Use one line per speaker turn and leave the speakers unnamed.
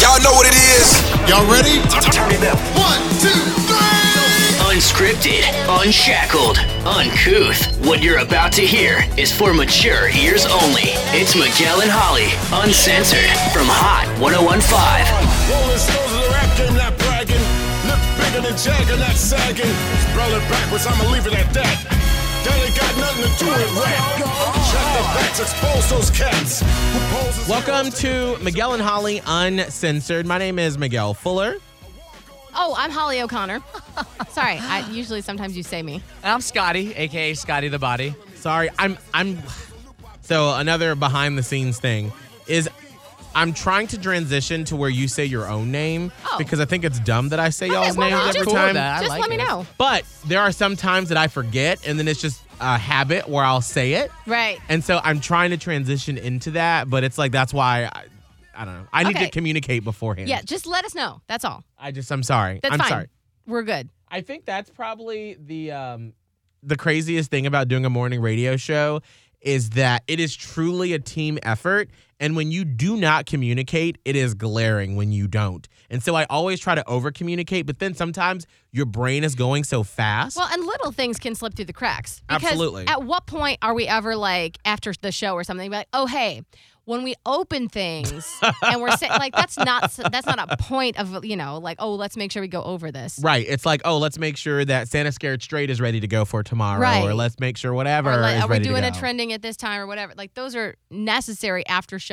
Y'all know what it is.
Y'all ready?
Turn it up.
One, two, three.
Unscripted, unshackled, uncouth. What you're about to hear is for mature ears only. It's Miguel and Holly, uncensored, from Hot 1015.
Rolling stones in the rap game, not bragging. Lip bigger than Jagger, not sagging. Spelling backwards, I'ma leave it at that. That ain't got nothing to do with rap. Shut the bats, expose those cats. Who pose as
Welcome to Miguel and Holly Uncensored. My name is Miguel Fuller.
Oh, I'm Holly O'Connor. Sorry, I usually sometimes you say me.
And I'm Scotty, aka Scotty the Body.
Sorry, I'm I'm so another behind the scenes thing is I'm trying to transition to where you say your own name
Oh.
because I think it's dumb that I say y'all's
well,
names
I'm
every
cool
with
time.
that. I
Just
like
let me
it.
know.
But there are some times that I forget and then it's just a habit where I'll say it.
Right.
And so I'm trying to transition into that, but it's like that's why I, I don't know. I need to
Okay.
communicate beforehand.
Yeah, just let us know. That's all.
I just I'm sorry.
That's
I'm
fine.
sorry.
We're good.
I think that's probably the um the craziest thing about doing a morning radio show is that it is truly a team effort and when you do not communicate it is glaring when you don't. And so I always try to over communicate but then sometimes your brain is going so fast.
Well, and little things can slip through the cracks. Because
Absolutely.
At what point are we ever like after the show or something? Be like, oh hey, when we open things and we're saying like that's not that's not a point of you know like oh let's make sure we go over this.
Right. It's like, oh, let's make sure that Santa Scared Straight is ready to go for tomorrow. Or
Right.
let's make sure whatever
Or like,
is
are we
ready
doing
to
a
go.
trending at this time or whatever? Like those are necessary after show.